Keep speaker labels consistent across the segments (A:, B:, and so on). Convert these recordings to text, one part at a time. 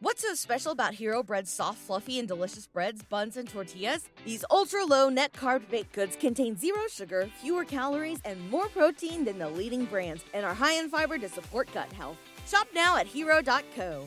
A: What's so special about Hero Bread's soft, fluffy, and delicious breads, buns, and tortillas? These ultra low net carb baked goods contain zero sugar, fewer calories, and more protein than the leading brands, and are high in fiber to support gut health. Shop now at hero.co.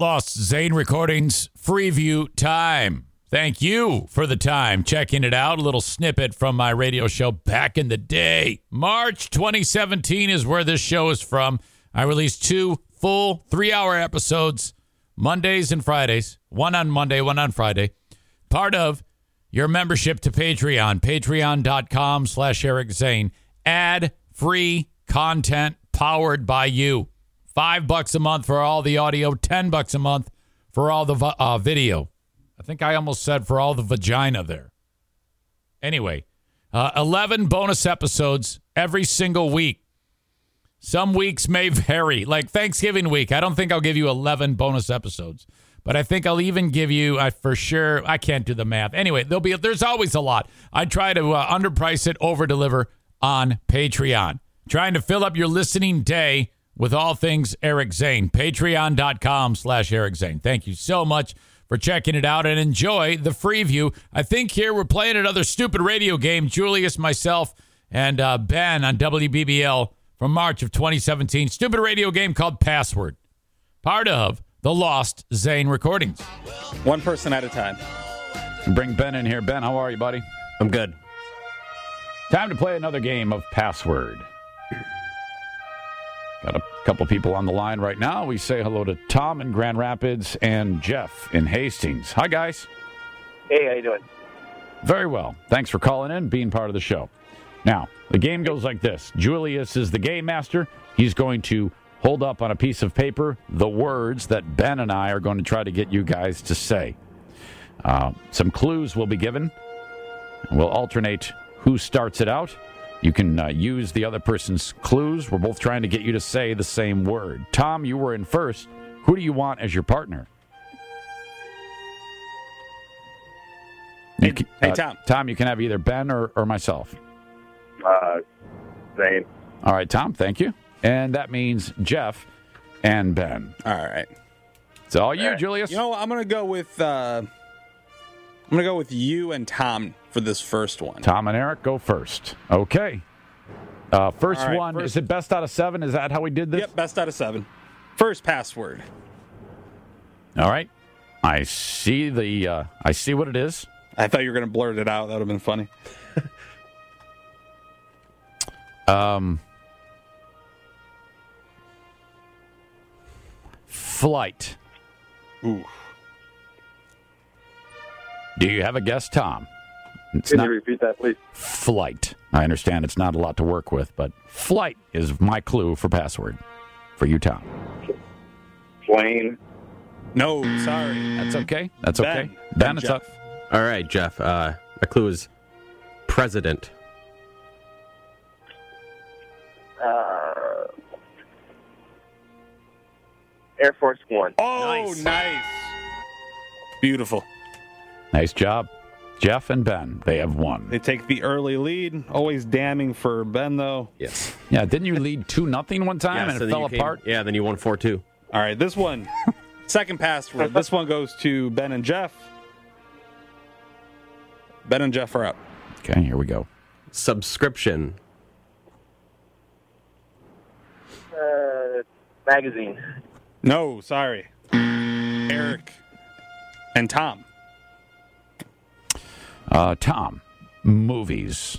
B: Lost Zane Recordings Freeview Time. Thank you for the time. Checking it out. A little snippet from my radio show back in the day. March 2017 is where this show is from. I released two full three hour episodes, Mondays and Fridays, one on Monday, one on Friday. Part of your membership to Patreon, patreon.com slash Eric Zane. Ad free content powered by you. Five bucks a month for all the audio, 10 bucks a month for all the vi- uh, video. I think I almost said for all the vagina there. Anyway, uh, 11 bonus episodes every single week. Some weeks may vary. Like Thanksgiving week, I don't think I'll give you 11 bonus episodes, but I think I'll even give you, I for sure, I can't do the math. Anyway, there'll be there's always a lot. I try to uh, underprice it, overdeliver on Patreon. Trying to fill up your listening day with all things Eric Zane. Patreon.com slash Eric Zane. Thank you so much for checking it out and enjoy the free view. I think here we're playing another stupid radio game. Julius, myself, and uh, Ben on WBBL from March of 2017. Stupid radio game called Password, part of the Lost Zane recordings.
C: One person at a time.
B: Bring Ben in here. Ben, how are you, buddy?
C: I'm good.
B: Time to play another game of Password. Got a couple people on the line right now. We say hello to Tom in Grand Rapids and Jeff in Hastings. Hi, guys.
D: Hey, how you doing?
B: Very well. Thanks for calling in, being part of the show. Now, the game goes like this Julius is the game master. He's going to hold up on a piece of paper the words that Ben and I are going to try to get you guys to say. Uh, some clues will be given. We'll alternate who starts it out. You can uh, use the other person's clues. We're both trying to get you to say the same word. Tom, you were in first. Who do you want as your partner? You can- uh,
C: hey, uh, Tom.
B: Tom, you can have either Ben or, or myself.
D: Uh, Zane.
B: All right, Tom, thank you. And that means Jeff and Ben.
C: All right.
B: It's all you,
D: All right.
B: Julius.
C: You know, what? I'm gonna go with uh, I'm gonna go with you and Tom for this first one.
B: Tom and Eric go first. Okay. Uh, first
C: All right,
B: one.
C: first-
B: Is it best out of seven? Is that how we did this?
C: Yep, best out of seven. First password.
B: All right. I see the. Uh, I see what it is.
C: I thought you were gonna blurt it out. That would have been funny.
B: Um, flight.
C: Ooh.
B: Do you have a guess, Tom? It's
D: Can
B: not
D: you repeat that, please?
B: flight. I understand it's not a lot to work with, but flight is my clue for password for you, Tom.
D: Plane.
C: No, sorry.
B: That's okay. Mm. That's
C: Ben.
B: okay. Ben,
C: And
B: it's
C: Jeff.
B: up.
E: All right, Jeff. Uh, my clue is president.
D: Uh, Air Force One.
C: Oh, nice. Beautiful.
B: Nice job. Jeff and Ben, they have won.
C: They take the early lead. Always damning for Ben though.
E: Yes.
B: Yeah, didn't you lead 2 nothing one time and
E: yeah, so
B: it
E: then
B: fell
E: you came-
B: apart?
E: yeah, then you won four two.
C: All right, this one. Second password. This one goes to Ben and Jeff. Ben and Jeff are up.
B: Okay, here we go.
E: Subscription.
D: Uh, magazine.
C: No, sorry. Eric and Tom.
B: Uh, Tom, movies.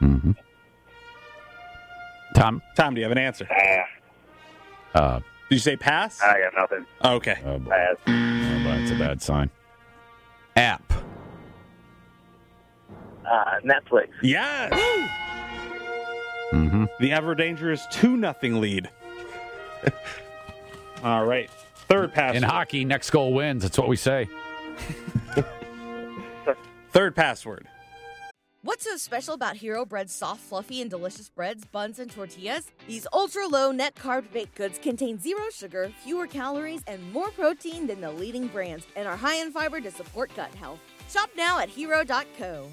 B: Mhm. Tom,
C: Tom, do you have an answer? Did
D: Ah,
B: uh,
C: you say pass?
D: I got nothing.
C: Okay.
B: oh boy,
D: Pass.
B: oh, boy, that's a bad sign.
E: App.
D: Uh, Netflix.
C: Yes.
B: Mhm.
C: The ever dangerous two nothing lead. All right. Third
B: In
C: password.
B: hockey, next goal wins. That's what we say.
C: Third password.
A: What's so special about Hero Bread's soft, fluffy, and delicious breads, buns, and tortillas? These ultra low net carb baked goods contain zero sugar, fewer calories, and more protein than the leading brands, and are high in fiber to support gut health. Shop now at hero.co.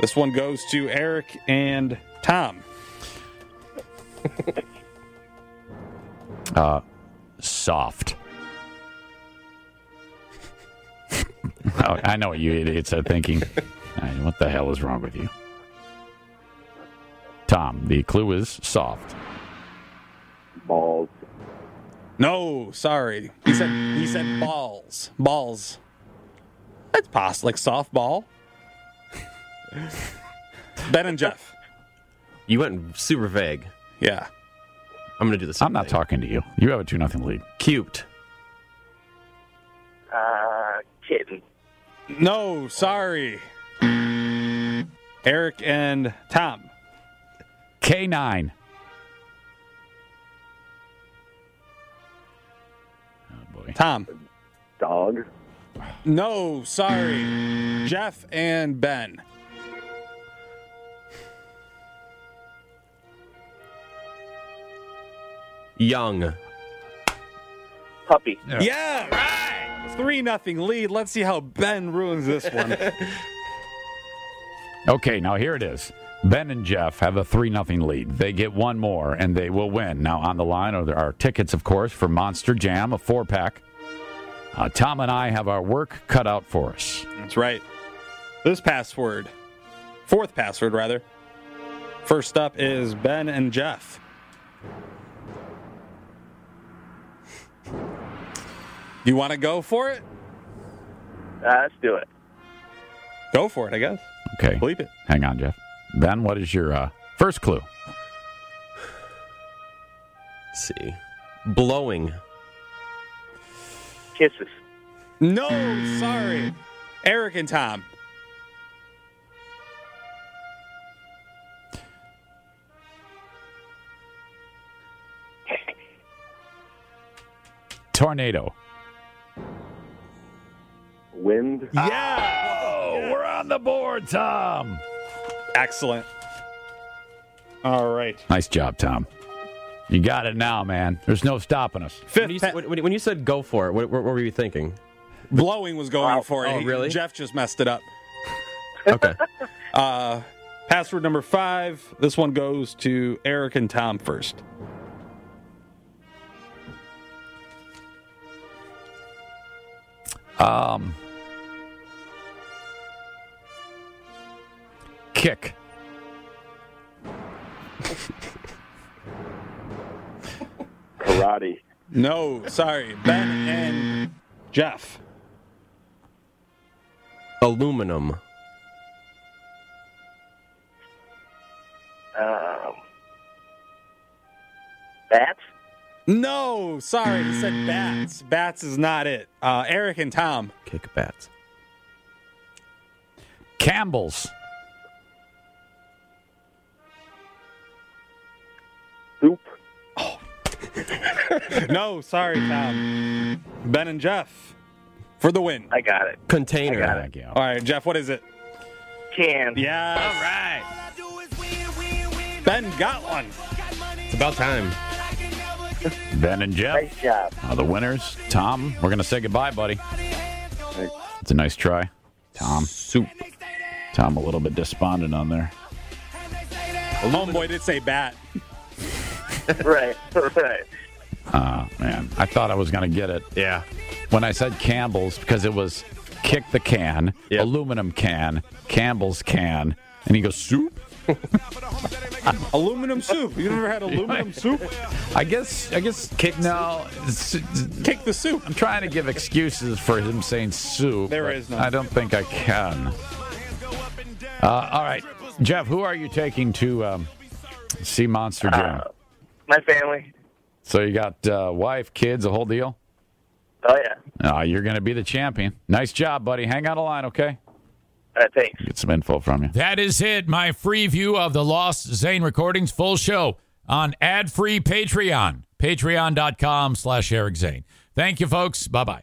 C: This one goes to Eric and Tom.
B: Soft. oh, I know what you idiots are thinking. I mean, what the hell is wrong with you? Tom, the clue is soft.
D: Balls.
C: No, sorry. He said he said balls. Balls. That's possible. Like softball. ben and Jeff.
E: You went super vague.
C: Yeah.
E: I'm gonna do this.
B: I'm not talking to you. You have a 2 nothing lead.
E: Cute.
D: Uh, kitten.
C: No, sorry. Eric and Tom.
B: K9. Oh, boy.
C: Tom.
D: Dog.
C: No, sorry. Jeff and Ben.
E: Young.
D: Puppy.
C: Yeah, right. Three nothing lead. Let's see how Ben ruins this one.
B: Okay, now here it is. Ben and Jeff have a 3 0 lead. They get one more and they will win. Now, on the line are, are tickets, of course, for Monster Jam, a four pack. Uh, Tom and I have our work cut out for us.
C: That's right. This password, fourth password rather. First up is Ben and Jeff. You want to go for it?
D: Uh, let's do it.
C: Go for it, I guess.
B: Okay.
C: Bleep it.
B: Hang on, Jeff. Ben, what is your uh, first clue?
E: Let's see. Blowing.
D: Kisses.
C: No, sorry. Eric and Tom.
B: Tornado.
D: Wind.
C: Yeah.
B: Oh, we're on the board, Tom.
C: Excellent. All right.
B: Nice job, Tom. You got it now, man. There's no stopping us.
E: When you,
C: Fifth,
E: s-
C: pa-
E: when, when you said go for it, what, what were you thinking?
C: blowing was going for it.
E: oh,
C: He-
E: really?
C: Jeff just messed it up.
E: Okay.
C: Uh, password number five. This one goes to Eric and Tom first.
B: Um, kick.
D: Karate.
C: No, sorry, Ben and Jeff.
E: Aluminum.
D: Um, bats.
C: No, sorry, he said bats. Bats is not it. Uh, Eric and Tom.
E: Kick bats.
B: Campbell's.
D: Soup.
C: No, sorry, Tom. Ben and Jeff for the win.
D: I got it.
E: Container.
B: Thank you.
C: All right, Jeff, what is it?
D: Can.
C: Yeah. All right. Ben got one.
E: It's about time.
B: Ben and Jeff
D: Nice job.
B: are the winners. Tom, we're going to say goodbye, buddy. It's a nice try. Tom. Soup. Tom, a little bit despondent on there.
C: Homeboy did say bat.
D: right. Right.
B: Oh, man. I thought I was going to get it
E: Yeah.
B: when I said Campbell's because it was kick the can,
E: Yep.
B: aluminum can, Campbell's can. And he goes, soup?
C: Aluminum soup. You never had aluminum soup?
B: I guess, I guess, kick. No, it's-
C: Kick the soup.
B: I'm trying to give excuses for him saying soup.
C: There
B: but
C: is none.
B: I don't think I can. Uh, all right, Jeff, who are you taking to um, see Monster Jam?
D: My family.
B: so you got uh, wife, kids, a whole deal.
D: Oh yeah.
B: Uh, you're going to be the champion. Nice job, buddy. Hang on a line, okay?
D: All right. Thanks.
B: Get some info from you. That is it. My free view of the Lost Zane recordings full show on ad-free Patreon. Patreon.com slash Eric Zane. Thank you, folks. Bye-bye.